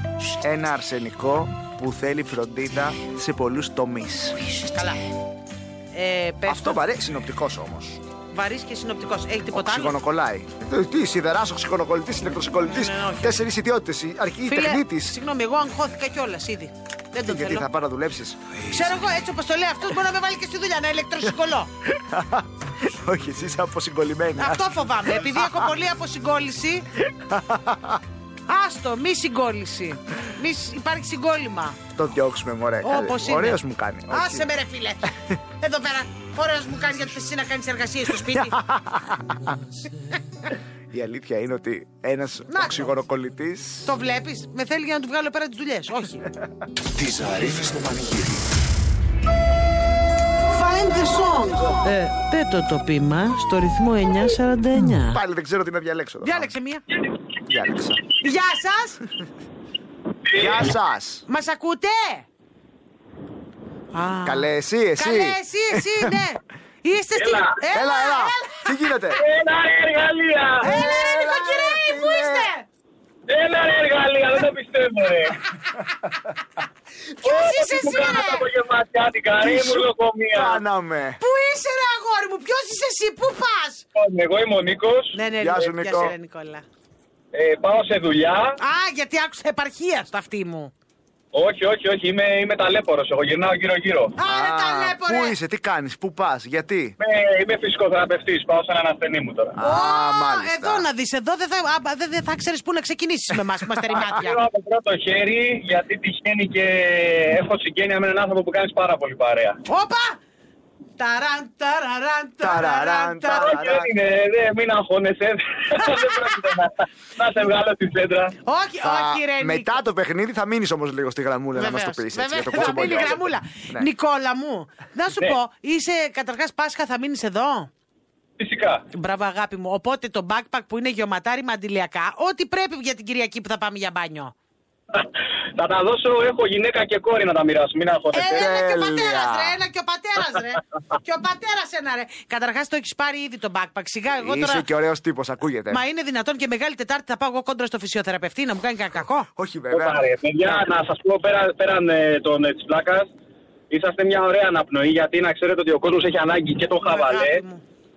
[SPEAKER 4] ένα αρσενικό που θέλει φροντίδα σε πολλούς τομείς.
[SPEAKER 3] Καλά. Ε, πες
[SPEAKER 4] Αυτό
[SPEAKER 3] το.
[SPEAKER 4] βαρέ, συνοπτικός όμως.
[SPEAKER 3] Βαρύς και συνοπτικός. Έχει τίποτα άλλο.
[SPEAKER 4] Οξυγονοκολλάει. Ε, Τι, σιδεράς, οξυγονοκολλητής, ηλεκτροσυγκολλητή.
[SPEAKER 3] Ναι, ναι, όχι.
[SPEAKER 4] Τέσσερις ιδιότητες. Αρχή τεχνίτης.
[SPEAKER 3] συγγνώμη, εγώ αγχώθηκα κιόλας ήδη. Δεν τον
[SPEAKER 4] Γιατί
[SPEAKER 3] θέλω.
[SPEAKER 4] θα πάω να δουλέψεις.
[SPEAKER 3] Ξέρω εγώ, έτσι όπως το λέει αυτός, μπορεί να με βάλει και στη δουλειά να ηλεκτροσυγκολώ.
[SPEAKER 4] Όχι, εσύ είσαι αποσυγκολλημένη.
[SPEAKER 3] αυτό φοβάμαι. Επειδή έχω πολύ αποσυγκόλληση. Άστο, μη συγκόλληση. Μη σ- υπάρχει συγκόλλημα.
[SPEAKER 4] Το διώξουμε, μωρέ.
[SPEAKER 3] Όπως είναι.
[SPEAKER 4] Ωραίος Ε, μου κάνει. όχι.
[SPEAKER 3] Άσε με ρε φίλε. Εδώ πέρα. Ωραίος μου κάνει γιατί θες εσύ να κάνεις εργασία στο σπίτι.
[SPEAKER 4] Η αλήθεια είναι ότι ένας
[SPEAKER 3] το.
[SPEAKER 4] οξυγονοκολλητής.
[SPEAKER 3] το βλέπεις. Με θέλει για να του βγάλω πέρα τις δουλειές. Όχι.
[SPEAKER 2] Της Ζαρίφη στο πανηγύρι.
[SPEAKER 3] Find the song.
[SPEAKER 8] Ε, πέτω το πείμα στο ρυθμό 949.
[SPEAKER 4] Πάλι δεν ξέρω τι να διαλέξω. τώρα.
[SPEAKER 3] Διάλεξε μία.
[SPEAKER 4] Διάλεξα.
[SPEAKER 3] Γεια σας!
[SPEAKER 4] Γεια σας.
[SPEAKER 3] Μας ακούτε! Α.
[SPEAKER 4] Καλέ, εσύ, εσύ.
[SPEAKER 3] Καλέ, εσύ, εσύ, ναι! Είστε στην.
[SPEAKER 4] Έλα, έλα. Τι γίνεται.
[SPEAKER 11] Έλα ρε εργαλεία!
[SPEAKER 3] Έλα, ρε, νοικοκυρέοι, πού
[SPEAKER 4] φίλε.
[SPEAKER 3] είστε!
[SPEAKER 11] Έλα ρε εργαλεία! Δεν το πιστεύω ρε!
[SPEAKER 3] Ποιος είσαι
[SPEAKER 11] Τι μου
[SPEAKER 3] εσύ,
[SPEAKER 11] κάνατε
[SPEAKER 3] ρε!
[SPEAKER 11] απογευματιάτικα
[SPEAKER 4] Τι
[SPEAKER 11] ρε!
[SPEAKER 4] σου
[SPEAKER 11] Ήμουν λοκομία!
[SPEAKER 4] Κάναμε.
[SPEAKER 3] Πού είσαι, ρε, αγόρι μου, ποιος είσαι εσύ, πού πας!
[SPEAKER 11] Λοιπόν, Εγώ είμαι ο Νίκος,
[SPEAKER 3] Ναι, ναι,
[SPEAKER 4] Γεια
[SPEAKER 3] ναι,
[SPEAKER 4] σου,
[SPEAKER 3] γεια
[SPEAKER 4] Νικό.
[SPEAKER 3] σου, ρε, Νικόλα.
[SPEAKER 11] ε, πάω σε δουλειά.
[SPEAKER 3] Α, γιατί άκουσα επαρχία στο αυτή μου.
[SPEAKER 11] Όχι, όχι, όχι, είμαι, είμαι ταλέπορος εγώ, γυρνάω γύρω-γύρω.
[SPEAKER 3] Α, ρε, τα λέπω,
[SPEAKER 4] Πού
[SPEAKER 3] ρε!
[SPEAKER 4] είσαι, τι κάνεις, πού πας, γιατί.
[SPEAKER 11] Είμαι, είμαι φυσικοθεραπευτής, πάω σε έναν ασθενή μου τώρα.
[SPEAKER 4] Α, μάλιστα.
[SPEAKER 3] Εδώ να δεις, εδώ δεν θα, α, δεν- δεν θα ξέρεις πού να ξεκινήσεις με εμάς που είμαστε
[SPEAKER 11] Ξέρω
[SPEAKER 3] ρημάτια.
[SPEAKER 11] από πρώτο χέρι, γιατί τυχαίνει και έχω συγγένεια με έναν άνθρωπο που κάνεις πάρα πολύ παρέα.
[SPEAKER 3] Όπα! Ταραν, ταραραν,
[SPEAKER 4] Ταραραν, ταραραν.
[SPEAKER 3] ταραραν, ταραραν.
[SPEAKER 11] Όχι, δεν είναι, δεν- μην αγχώνεσαι. Δεν πρόκειται να, να σε βγάλω από τη σέντρα.
[SPEAKER 3] Όχι,
[SPEAKER 4] Θα-
[SPEAKER 3] όχι, ρε, Νίκο.
[SPEAKER 4] μετά το παιχνίδι θα μείνεις όμως λίγο στη γραμμούλα να μας το
[SPEAKER 3] Βεβαίως.
[SPEAKER 4] πει. έτσι.
[SPEAKER 3] Βέβαια,
[SPEAKER 4] για το
[SPEAKER 3] θα μείνει
[SPEAKER 4] κουτσομπολιό.
[SPEAKER 3] γραμμούλα.
[SPEAKER 4] Ναι.
[SPEAKER 3] Νικόλα μου, να σου
[SPEAKER 11] Ναι.
[SPEAKER 3] πω, είσαι καταρχάς Πάσχα, θα μείνεις εδώ.
[SPEAKER 11] Φυσικά.
[SPEAKER 3] Μπράβο, αγάπη μου. Οπότε το backpack που είναι γεωματάρι μαντιλιακά, ό,τι πρέπει για την Κυριακή που θα πάμε για μπάνιο.
[SPEAKER 11] Θα τα δώσω, έχω γυναίκα και κόρη να τα μοιράσω. Μην αγχώνεστε.
[SPEAKER 3] Ένα και ο πατέρας, ρε. Ένα και ο πατέρας, ρε. και ο πατέρας ένα, ρε. Καταρχάς το έχεις πάρει ήδη το backpack. Σιγά, εγώ
[SPEAKER 4] Είσαι
[SPEAKER 3] τώρα.
[SPEAKER 4] και ωραίος τύπος, ακούγεται.
[SPEAKER 3] Μα είναι δυνατόν και μεγάλη Τετάρτη θα πάω εγώ κόντρα στο φυσιοθεραπευτή να μου κάνει κανένα κακό.
[SPEAKER 4] Όχι,
[SPEAKER 11] Όπα, ρε, παιδιά, να σας πω πέρα, πέραν ε, των ε, της πλάκας, είσαστε μια ωραία αναπνοή γιατί να ξέρετε ότι ο κόσμος έχει ανάγκη και το χαβαλέ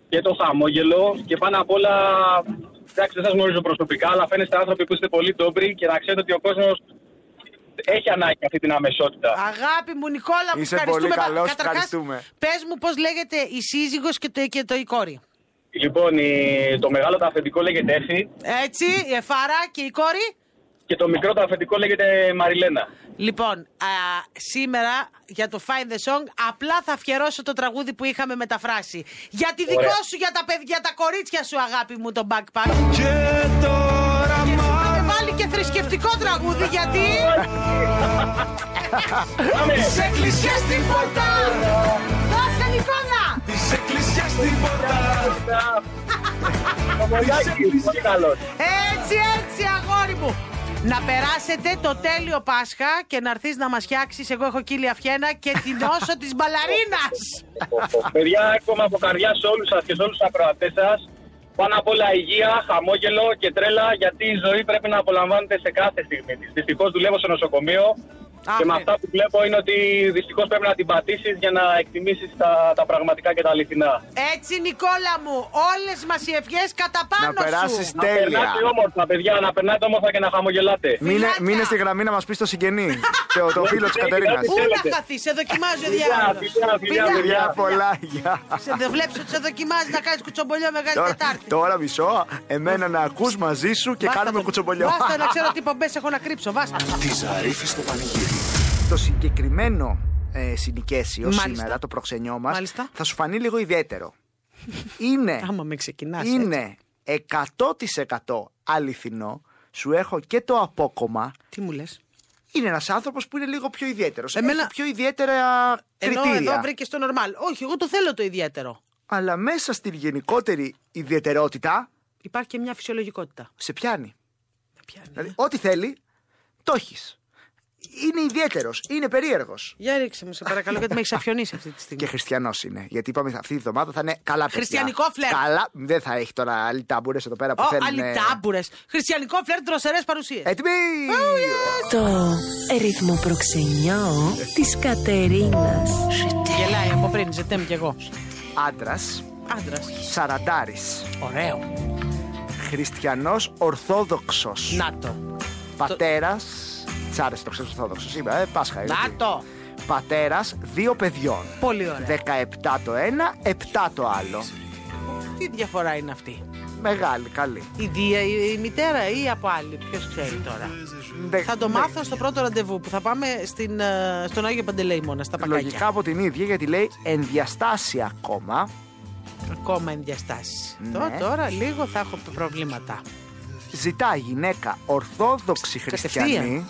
[SPEAKER 11] και το χαμόγελο και πάνω απ' όλα, εντάξει δεν σας γνωρίζω προσωπικά, αλλά φαίνεστε άνθρωποι που είστε πολύ ντόμπροι και να ξέρετε ότι ο κόσμος έχει ανάγκη αυτή την αμεσότητα.
[SPEAKER 3] Αγάπη μου, Νικόλα, μου
[SPEAKER 11] Είσαι
[SPEAKER 3] ευχαριστούμε.
[SPEAKER 11] πολύ καλός,
[SPEAKER 3] Καταρχάς,
[SPEAKER 11] ευχαριστούμε.
[SPEAKER 3] Πες μου πώς λέγεται η σύζυγος και το, και το η κόρη.
[SPEAKER 11] Λοιπόν, η- το μεγάλο το αφεντικό λέγεται Έφη
[SPEAKER 3] Έτσι, η Εφάρα και η κόρη.
[SPEAKER 11] και το μικρό το αφεντικό λέγεται Μαριλένα.
[SPEAKER 3] Λοιπόν, α, σήμερα για το Find the Song απλά θα αφιερώσω το τραγούδι που είχαμε μεταφράσει. Για τη δικό
[SPEAKER 11] Ωραία.
[SPEAKER 3] σου, για τα, παιδιά, για τα κορίτσια σου, αγάπη μου, το backpack. Και
[SPEAKER 6] τώρα
[SPEAKER 3] σου είχαμε βάλει και θρησκευτικό τραγούδι, γιατί...
[SPEAKER 6] Της εκκλησιάς την πόρτα
[SPEAKER 3] Δώσε Νικόλα!
[SPEAKER 6] Της εκκλησιάς την πόρτα
[SPEAKER 11] Μολιάκι, πολύ καλός.
[SPEAKER 3] Έτσι, έτσι, αγόρι μου. Να περάσετε το τέλειο Πάσχα και να έρθεις να μας φτιάξεις. Εγώ έχω κύλια φιένα και την όσο της μπαλαρίνας.
[SPEAKER 11] Παιδιά, εύχομαι από καρδιά σε όλους σας και σε όλους τους ακροατές σας. Πάνω απ' όλα υγεία, χαμόγελο και τρέλα, γιατί η ζωή πρέπει να απολαμβάνεται σε κάθε στιγμή τη. Δυστυχώς δουλεύω στο νοσοκομείο και με αυτά που βλέπω είναι ότι δυστυχώς πρέπει να την πατήσεις για να εκτιμήσεις τα, τα πραγματικά και τα αληθινά.
[SPEAKER 3] Έτσι, Νικόλα μου, όλες μας οι ευχές κατά πάνω σου.
[SPEAKER 11] Να περνάτε όμορφα, παιδιά, να περνάτε όμορφα και να χαμογελάτε.
[SPEAKER 4] Μείνε, μείνε στη γραμμή να μας πεις το συγγενή. το, το φίλο της Κατερίνας.
[SPEAKER 3] Πού να χαθείς, σε δοκιμάζει ο διάβολο.
[SPEAKER 4] Φιλιά πολλά, γεια.
[SPEAKER 3] Σε δεν βλέπεις ότι σε δοκιμάζεις να κάνεις κουτσομπολιό μεγάλη
[SPEAKER 4] Τώρα,
[SPEAKER 3] Τετάρτη.
[SPEAKER 4] τώρα μισό, εμένα να ακούς μαζί σου και κάνουμε κουτσομπολιό.
[SPEAKER 3] Βάστα να ξέρω τι πομπές έχω να κρύψω. Βάστα.
[SPEAKER 4] Τη ζαρίφη στο πανηγύρι. Το συγκεκριμένο ε, συνοικέσιο
[SPEAKER 3] Μάλιστα.
[SPEAKER 4] σήμερα, το προξενιό μας, θα σου φανεί λίγο ιδιαίτερο. Είναι.
[SPEAKER 3] Άμα με ξεκινάς,
[SPEAKER 4] Είναι 100% αληθινό. Σου έχω και το απόκομα.
[SPEAKER 3] Τι μου λες.
[SPEAKER 4] Είναι ένας άνθρωπος που είναι λίγο πιο ιδιαίτερος.
[SPEAKER 3] Εμένα-
[SPEAKER 4] Έχει πιο ιδιαίτερα
[SPEAKER 3] Ενώ
[SPEAKER 4] κριτήρια.
[SPEAKER 3] εδώ βρήκες το νορμάλ. Όχι, εγώ το θέλω το ιδιαίτερο.
[SPEAKER 4] Αλλά μέσα στην γενικότερη ιδιαιτερότητα.
[SPEAKER 3] Υπάρχει και μια φυσιολογικότητα.
[SPEAKER 4] Σε πιάνει.
[SPEAKER 3] ε.
[SPEAKER 4] Δηλαδή, ό,τι θέλει, το έχεις. Είναι ιδιαίτερος, είναι περίεργος.
[SPEAKER 3] Για ρίξε μου, σε παρακαλώ, γιατί με έχεις αφιονίσει αυτή τη στιγμή.
[SPEAKER 4] Και χριστιανός είναι. Γιατί είπαμε αυτή τη βδομάδα θα είναι καλά παιδιά.
[SPEAKER 3] Χριστιανικό φλερ.
[SPEAKER 4] Καλά, δεν θα έχει τώρα άλλοι ταμπούρε εδώ πέρα που
[SPEAKER 3] Ω,
[SPEAKER 4] θέλουν. ε,
[SPEAKER 3] αλυτάμπουρε. Χριστιανικό φλερ, δροσερές παρουσίες.
[SPEAKER 4] Έτοιμοι!
[SPEAKER 10] Το ρυθμό προξενιό της Κατερίνας.
[SPEAKER 3] Γελάει από πριν, ζητέμ κι εγώ.
[SPEAKER 4] Άντρας.
[SPEAKER 3] Άντρας.
[SPEAKER 4] Σαραντάρης.
[SPEAKER 3] Ωραίο.
[SPEAKER 4] Χριστιανός Ορθόδοξος.
[SPEAKER 3] Να το.
[SPEAKER 4] Πατέρα. Τσ' άρεσε το ξέρει Ορθόδοξος σήμερα, ε, Πάσχα είναι.
[SPEAKER 3] Να το.
[SPEAKER 4] Πατέρας δύο παιδιών.
[SPEAKER 3] Πολύ ωραία.
[SPEAKER 4] 17 το ένα, 7 το άλλο.
[SPEAKER 3] Τι διαφορά είναι αυτή.
[SPEAKER 4] Μεγάλη, καλή.
[SPEAKER 3] Η, δια, η, η μητέρα ή από άλλη, ποιος ξέρει τώρα. θα το μάθω στο πρώτο ραντεβού που θα πάμε στην, ε, στον Άγιο Παντελεήμονα, στα πακάκια.
[SPEAKER 4] Λογικά από την ίδια γιατί λέει ενδιαστάσει ακόμα.
[SPEAKER 3] Ακόμα ενδιαστάσεις. Τώρα,
[SPEAKER 4] Ναι.
[SPEAKER 3] τώρα λίγο θα έχω προβλήματα.
[SPEAKER 4] Ζητά γυναίκα ορθόδοξη χριστιανή.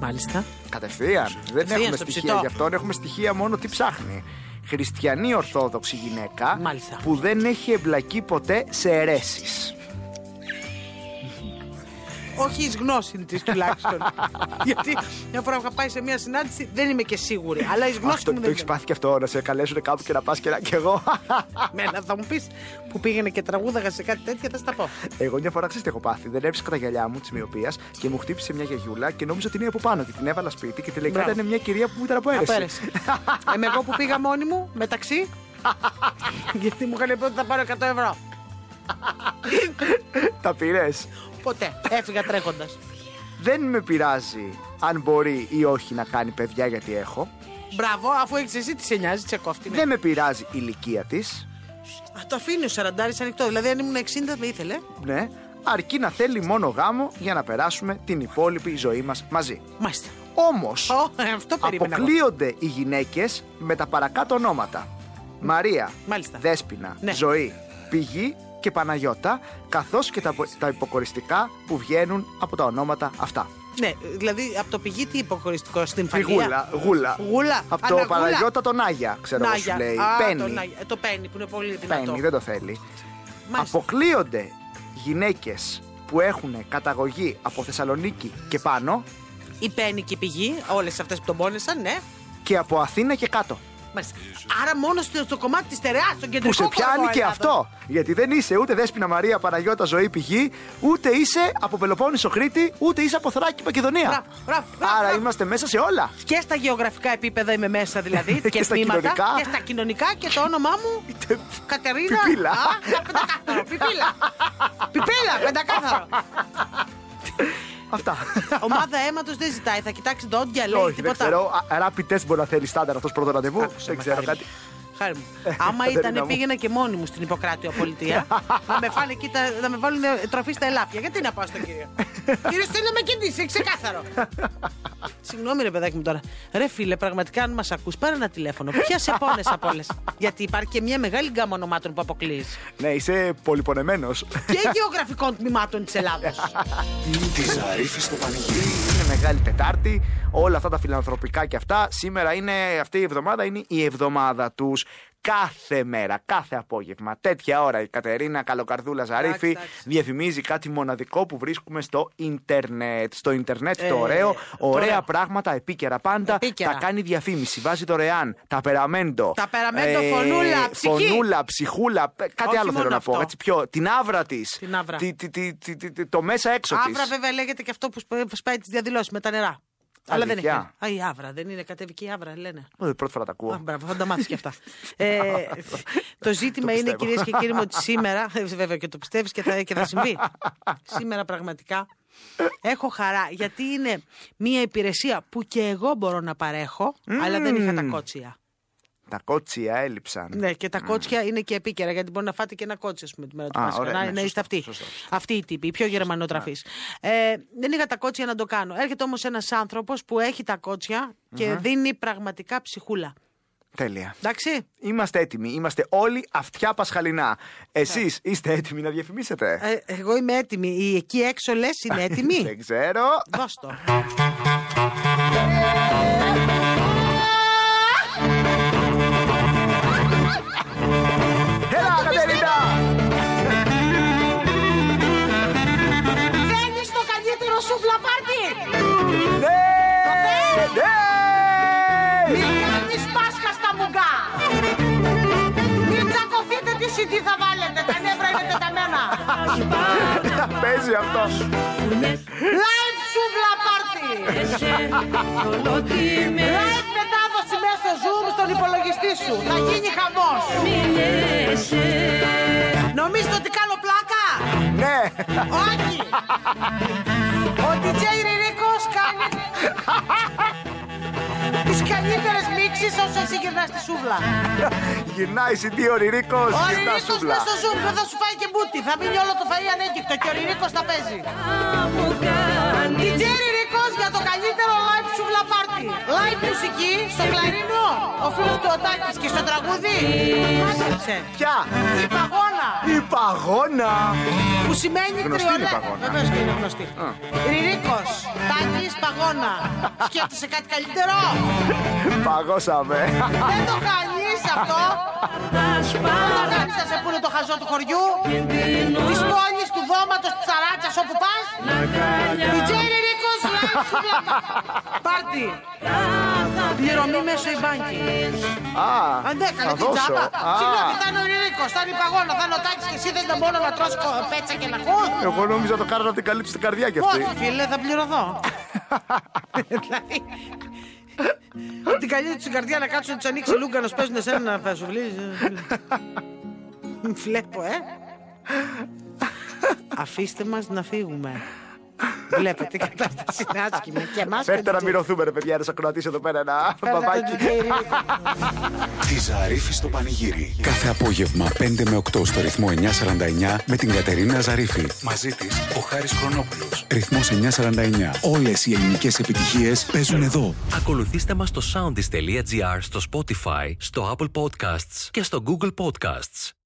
[SPEAKER 3] Μάλιστα.
[SPEAKER 4] Κατευθείαν. Δεν
[SPEAKER 3] Κατευθείαν
[SPEAKER 4] έχουμε
[SPEAKER 3] στο
[SPEAKER 4] στοιχεία
[SPEAKER 3] ψητό.
[SPEAKER 4] γι' αυτόν, έχουμε στοιχεία μόνο τι ψάχνει. Χριστιανή ορθόδοξη γυναίκα
[SPEAKER 3] Μάλιστα.
[SPEAKER 4] που δεν έχει εμπλακεί ποτέ σε αιρέσεις.
[SPEAKER 3] Όχι εις γνώση της τουλάχιστον. Γιατί μια φορά που είχα πάει σε μια συνάντηση δεν είμαι και σίγουρη. Αλλά εις γνώση
[SPEAKER 4] το
[SPEAKER 3] μου
[SPEAKER 4] το
[SPEAKER 3] δεν
[SPEAKER 4] έχεις πάθει και αυτό, να σε καλέσουν κάπου και να πας και να και εγώ.
[SPEAKER 3] Μένα θα μου πεις που πήγαινε και τραγούδαγα σε κάτι τέτοια, θα στα πω.
[SPEAKER 4] Εγώ μια φορά ξέρεις τι έχω πάθει. Δεν έβρισκα τα γυαλιά μου της μοιοπία και μου χτύπησε μια γιαγιούλα και νόμιζα ότι είναι από πάνω. Και την έβαλα σπίτι και τελικά
[SPEAKER 3] Μπράβο.
[SPEAKER 4] ήταν μια κυρία που ήταν από
[SPEAKER 3] Από
[SPEAKER 4] αίρεση.
[SPEAKER 3] αίρεση. Είμαι Ε, εγώ που πήγα μόνη μου μεταξύ. Γιατί μου είχαν πει ότι θα πάρω 100 ευρώ.
[SPEAKER 4] Τα πήρες.
[SPEAKER 3] Ποτέ. Έφυγα τρέχοντας.
[SPEAKER 4] Δεν με πειράζει αν μπορεί ή όχι να κάνει παιδιά γιατί έχω.
[SPEAKER 3] Μπράβο, αφού έχεις εσύ τι σε νοιάζει, σε κόφτη.
[SPEAKER 4] Δεν με πειράζει η ηλικία της.
[SPEAKER 3] Α, το αφήνει ο σαραντάρι ανοιχτό. Δηλαδή, αν ήμουν 60, με ήθελε.
[SPEAKER 4] Ναι. Αρκεί να θέλει μόνο γάμο για να περάσουμε την υπόλοιπη ζωή μας μαζί.
[SPEAKER 3] Μάλιστα.
[SPEAKER 4] Όμως.
[SPEAKER 3] Αυτό περίμενα. εγώ.
[SPEAKER 4] Αποκλείονται οι γυναίκες με τα παρακάτω ονόματα. Μαρία,
[SPEAKER 3] Μάλιστα.
[SPEAKER 4] Δέσποινα,
[SPEAKER 3] Ναι.
[SPEAKER 4] Ζωή, Πηγή και Παναγιώτα, καθώς και τα, τα υποκοριστικά που βγαίνουν από τα ονόματα αυτά.
[SPEAKER 3] Ναι, δηλαδή από το πηγή τι υποχωριστικό στην
[SPEAKER 4] Η
[SPEAKER 3] φαγία.
[SPEAKER 4] γούλα, γούλα.
[SPEAKER 3] Γούλα.
[SPEAKER 4] Από το
[SPEAKER 3] Αναγούλα.
[SPEAKER 4] Παναγιώτα τον Άγια, ξέρω εγώ σου
[SPEAKER 3] Νάγια.
[SPEAKER 4] λέει.
[SPEAKER 3] Α,
[SPEAKER 4] Πένι.
[SPEAKER 3] Το, Νάγια. Ε, το πένι που είναι πολύ δυνατό.
[SPEAKER 4] Πένι, δεν το θέλει.
[SPEAKER 3] Μάλιστα.
[SPEAKER 4] Αποκλείονται γυναίκες που έχουν καταγωγή από Θεσσαλονίκη και πάνω.
[SPEAKER 3] Η Πένικη πηγή, όλες αυτές που τον πόνεσαν, ναι.
[SPEAKER 4] Και από Αθήνα και κάτω.
[SPEAKER 3] Μάλιστα. Άρα μόνο στο, στο κομμάτι της στερεάς, στον κεντρικό
[SPEAKER 4] Που σε πιάνει
[SPEAKER 3] κορμό
[SPEAKER 4] και
[SPEAKER 3] Ελλάδος.
[SPEAKER 4] αυτό. Γιατί δεν είσαι ούτε Δέσποινα Μαρία Παναγιώτα Ζωή Πηγή, ούτε είσαι από Πελοπόννησο Κρήτη, ούτε είσαι από Θράκη Μακεδονία. Άρα είμαστε μέσα σε όλα.
[SPEAKER 3] Και στα γεωγραφικά επίπεδα είμαι μέσα δηλαδή. και,
[SPEAKER 4] στα
[SPEAKER 3] τμήματα,
[SPEAKER 4] κοινωνικά.
[SPEAKER 3] Και στα κοινωνικά και το όνομά μου. Κατερίνα.
[SPEAKER 6] Πιπίλα.
[SPEAKER 3] Α, τα πεντακάθαρο. Πιπίλα. Πιπίλα, πεντακάθαρο.
[SPEAKER 4] Αυτά.
[SPEAKER 3] Ομάδα αίματος δεν ζητάει. Θα κοιτάξει ντόντια, λέει
[SPEAKER 4] Όχι, δεν
[SPEAKER 3] τίποτα.
[SPEAKER 4] ξέρω. Α, Rapid test μπορεί να θέλει στάνταρ αυτός πρώτο ραντεβού. Δεν ξέρω κάτι.
[SPEAKER 3] Χάρη μου.
[SPEAKER 4] Ε,
[SPEAKER 3] Άμα
[SPEAKER 4] Κατερίνα
[SPEAKER 3] ήταν,
[SPEAKER 4] μου.
[SPEAKER 3] πήγαινα και μόνη μου στην Υποκράτεια πολιτεία. να, με φάνε εκεί τα- να με βάλουν τροφή στα ελάφια. Γιατί να πάω στον κύριο. κύριο, στέλνε με κινήσει, ξεκάθαρο. Συγγνώμη, ρε παιδάκι μου τώρα. Ρε φίλε, πραγματικά αν μας ακούς, πάρε ένα τηλέφωνο. Ποια σε πόνες από όλες. Γιατί υπάρχει και μια μεγάλη γκάμα ονομάτων που αποκλείει.
[SPEAKER 4] Ναι, είσαι πολυπονεμένος.
[SPEAKER 3] και γεωγραφικών τμήματων της Ελλάδος.
[SPEAKER 4] Τη Ζαρίφη στο πανηγύρι. Είναι Μεγάλη Τετάρτη, όλα αυτά τα φιλανθρωπικά και αυτά. Σήμερα είναι, αυτή η εβδομάδα είναι η εβδομάδα τους. Κάθε μέρα, κάθε απόγευμα, τέτοια ώρα η Κατερίνα Καλοκαρδούλας Ζαρίφη διαφημίζει κάτι μοναδικό που βρίσκουμε στο ίντερνετ. Στο ίντερνετ
[SPEAKER 12] Ε,
[SPEAKER 4] το ωραίο,
[SPEAKER 12] το
[SPEAKER 4] ωραία
[SPEAKER 12] ωραίο.
[SPEAKER 4] πράγματα, επίκαιρα πάντα.
[SPEAKER 12] Επίκαιρα.
[SPEAKER 4] Τα κάνει διαφημίση, βάζει δωρεάν. Τα περαμέντο. ε,
[SPEAKER 3] Τα περαμέντο, φωνούλα, ψυχή.
[SPEAKER 4] Φωνούλα, ψυχούλα. ε, Κάτι
[SPEAKER 3] Όχι
[SPEAKER 4] άλλο θέλω
[SPEAKER 3] μόνο
[SPEAKER 4] να πω.
[SPEAKER 3] αυτό.
[SPEAKER 4] έτσι, πιο, την άβρα της.
[SPEAKER 3] Την άβρα.
[SPEAKER 4] Το μέσα έξω τη.
[SPEAKER 3] Άβρα, βέβαια, λέγεται και αυτό που σπα- σπάει τις διαδηλώσεις με τα νερά. Αλλά δεν έχει.
[SPEAKER 4] Αλήθεια.
[SPEAKER 3] Α, η άβρα, δεν είναι κατέβηκε η άβρα, λένε.
[SPEAKER 4] Ε, Πρώτη φορά τα ακούω.
[SPEAKER 3] Α, μπράβο, θα τα μάθεις και αυτά. ε, το ζήτημα
[SPEAKER 4] Το
[SPEAKER 3] είναι,
[SPEAKER 4] πιστεύω.
[SPEAKER 3] κυρίες και κύριοι μου, ότι σήμερα. ε, Βέβαια και το πιστεύεις και θα, και θα συμβεί. σήμερα πραγματικά έχω χαρά. Γιατί είναι μια υπηρεσία που και εγώ μπορώ να παρέχω, αλλά δεν είχα τα
[SPEAKER 4] Μμμ.
[SPEAKER 3] κότσια.
[SPEAKER 4] Τα κότσια έλειψαν.
[SPEAKER 3] Ναι, και τα κότσια είναι και επίκαιρα, γιατί μπορεί να φάτε και ένα κότσιο, ας πούμε, τη μέρα του
[SPEAKER 4] Α,
[SPEAKER 3] Πάσχα.
[SPEAKER 4] ωραία,
[SPEAKER 3] Να,
[SPEAKER 4] ναι,
[SPEAKER 3] να
[SPEAKER 4] σωστό,
[SPEAKER 3] είστε αυτοί. Αυτοί οι τύποι, οι πιο γερμανοτραφεί. Ε, δεν είχα τα κότσια να το κάνω. Έρχεται όμως ένας άνθρωπος που έχει τα κότσια και
[SPEAKER 4] Μμμ.
[SPEAKER 3] δίνει πραγματικά ψυχούλα.
[SPEAKER 4] Τέλεια.
[SPEAKER 3] Εντάξει.
[SPEAKER 4] Είμαστε έτοιμοι. Είμαστε όλοι αυτιά πασχαλινά.
[SPEAKER 6] Ναι.
[SPEAKER 4] Εσείς είστε έτοιμοι να διαφημίσετε.
[SPEAKER 3] Ε, εγώ είμαι έτοιμη. Η εκεί έξω λες είναι έτοιμη.
[SPEAKER 4] Δεν ξέρω.
[SPEAKER 3] Δώσ' το.
[SPEAKER 6] Έλα, Κατερίνα! Βγαίνει στο καλύτερο σούφλα πάρτι! Ναι! Ναι! Μην
[SPEAKER 4] Ναι!
[SPEAKER 6] κάνεις πάσχα στα μουγκά! Μην τσακωθείτε τι CD θα βάλετε, τα νεύρα είναι τεταμένα!
[SPEAKER 4] Παίζει αυτό.
[SPEAKER 6] Live σούβλα πάρτι! Live μετάδοση μέσα στο Zoom στον υπολογιστή σου! Θα γίνει χαμός!
[SPEAKER 3] Νομίζετε ότι κάνω πλάκα!
[SPEAKER 4] Ναι!
[SPEAKER 6] Όχι! Ο DJ Ρυρίκος κάνει τις καλύτερες μίξεις όσο συγκερνάς τη σούβλα.
[SPEAKER 4] Γυρνάει CD ο Ριρίκο.
[SPEAKER 6] Ο
[SPEAKER 4] Γυρνά
[SPEAKER 6] Ρυρίκος
[SPEAKER 4] σούβλα.
[SPEAKER 6] μες στο Zoom δεν θα σου φάει και μπούτι. Θα μείνει όλο το φαΐ ανέγκυκτο και ο Ρυρίκος θα παίζει. DJ Ρυρίκος για το καλύτερο live σούβλα πάρτι. Live μουσική στο κλαρίνο, ο φίλος του ο Τάκης και στο τραγούδι. Μάθεψε.
[SPEAKER 4] Ποια?
[SPEAKER 6] Η παγώνα.
[SPEAKER 4] Η παγώνα.
[SPEAKER 6] Που σημαίνει
[SPEAKER 4] Γνωστή είναι η
[SPEAKER 6] τριολέ.
[SPEAKER 4] παγώνα.
[SPEAKER 6] Βεβαίως και είναι γνωστή.
[SPEAKER 4] Α.
[SPEAKER 6] Ρυρίκος, Τάκης, παγώνα. Σκέφτεσαι κάτι καλύτερο.
[SPEAKER 4] Παγώσαμε.
[SPEAKER 6] Δεν το κάνεις αυτό. Δεν το κάνεις να σε πούνε το χαζό του χωριού. Της πόλης, του δώματος, της αράτσας, όπου πας. DJ Ρυρίκος, live σου βλάκα.
[SPEAKER 3] Πάρτι! Πληρωμή μέσω η μπάνκι.
[SPEAKER 4] Α,
[SPEAKER 6] Αν δεν έκανε
[SPEAKER 3] θα
[SPEAKER 6] την
[SPEAKER 3] δώσω.
[SPEAKER 6] τσάπα.
[SPEAKER 3] Α.
[SPEAKER 6] Συγγνώμη, θα είναι ο Ρυρίκος, θα είναι η παγώνα, θα είναι ο Τάκης και εσύ δεν τον μπορώ να τρως κο- πέτσα και να ακούς.
[SPEAKER 4] Εγώ νόμιζα το κάρα να την καλύψει την καρδιά κι αυτή.
[SPEAKER 3] Όχι, φίλε, θα πληρωθώ. δηλαδή. Την καλή του καρδιά να κάτσουν να του ανοίξει λούγκα να σου παίζουν εσένα να σου βλύζει. Βλέπω, ε. Αφήστε μας να φύγουμε. Βλέπετε η κατάσταση είναι άσχημη και εμάς και
[SPEAKER 4] Φέρτε να μοιρωθούμε, ρε παιδιά, να σα κρατήσει εδώ πέρα ένα μπαμπάκι.
[SPEAKER 13] Τη Ζαρίφη στο πανηγύρι. Κάθε απόγευμα 5 με 8 στο ρυθμό 949 με την Κατερίνα Ζαρίφη. Μαζί της ο Χάρης Χρονόπουλος. Ρυθμός 949. Όλες οι ελληνικές επιτυχίες παίζουν εδώ.
[SPEAKER 14] Ακολουθήστε μας στο soundis.gr, στο Spotify, στο Apple Podcasts και στο Google Podcasts.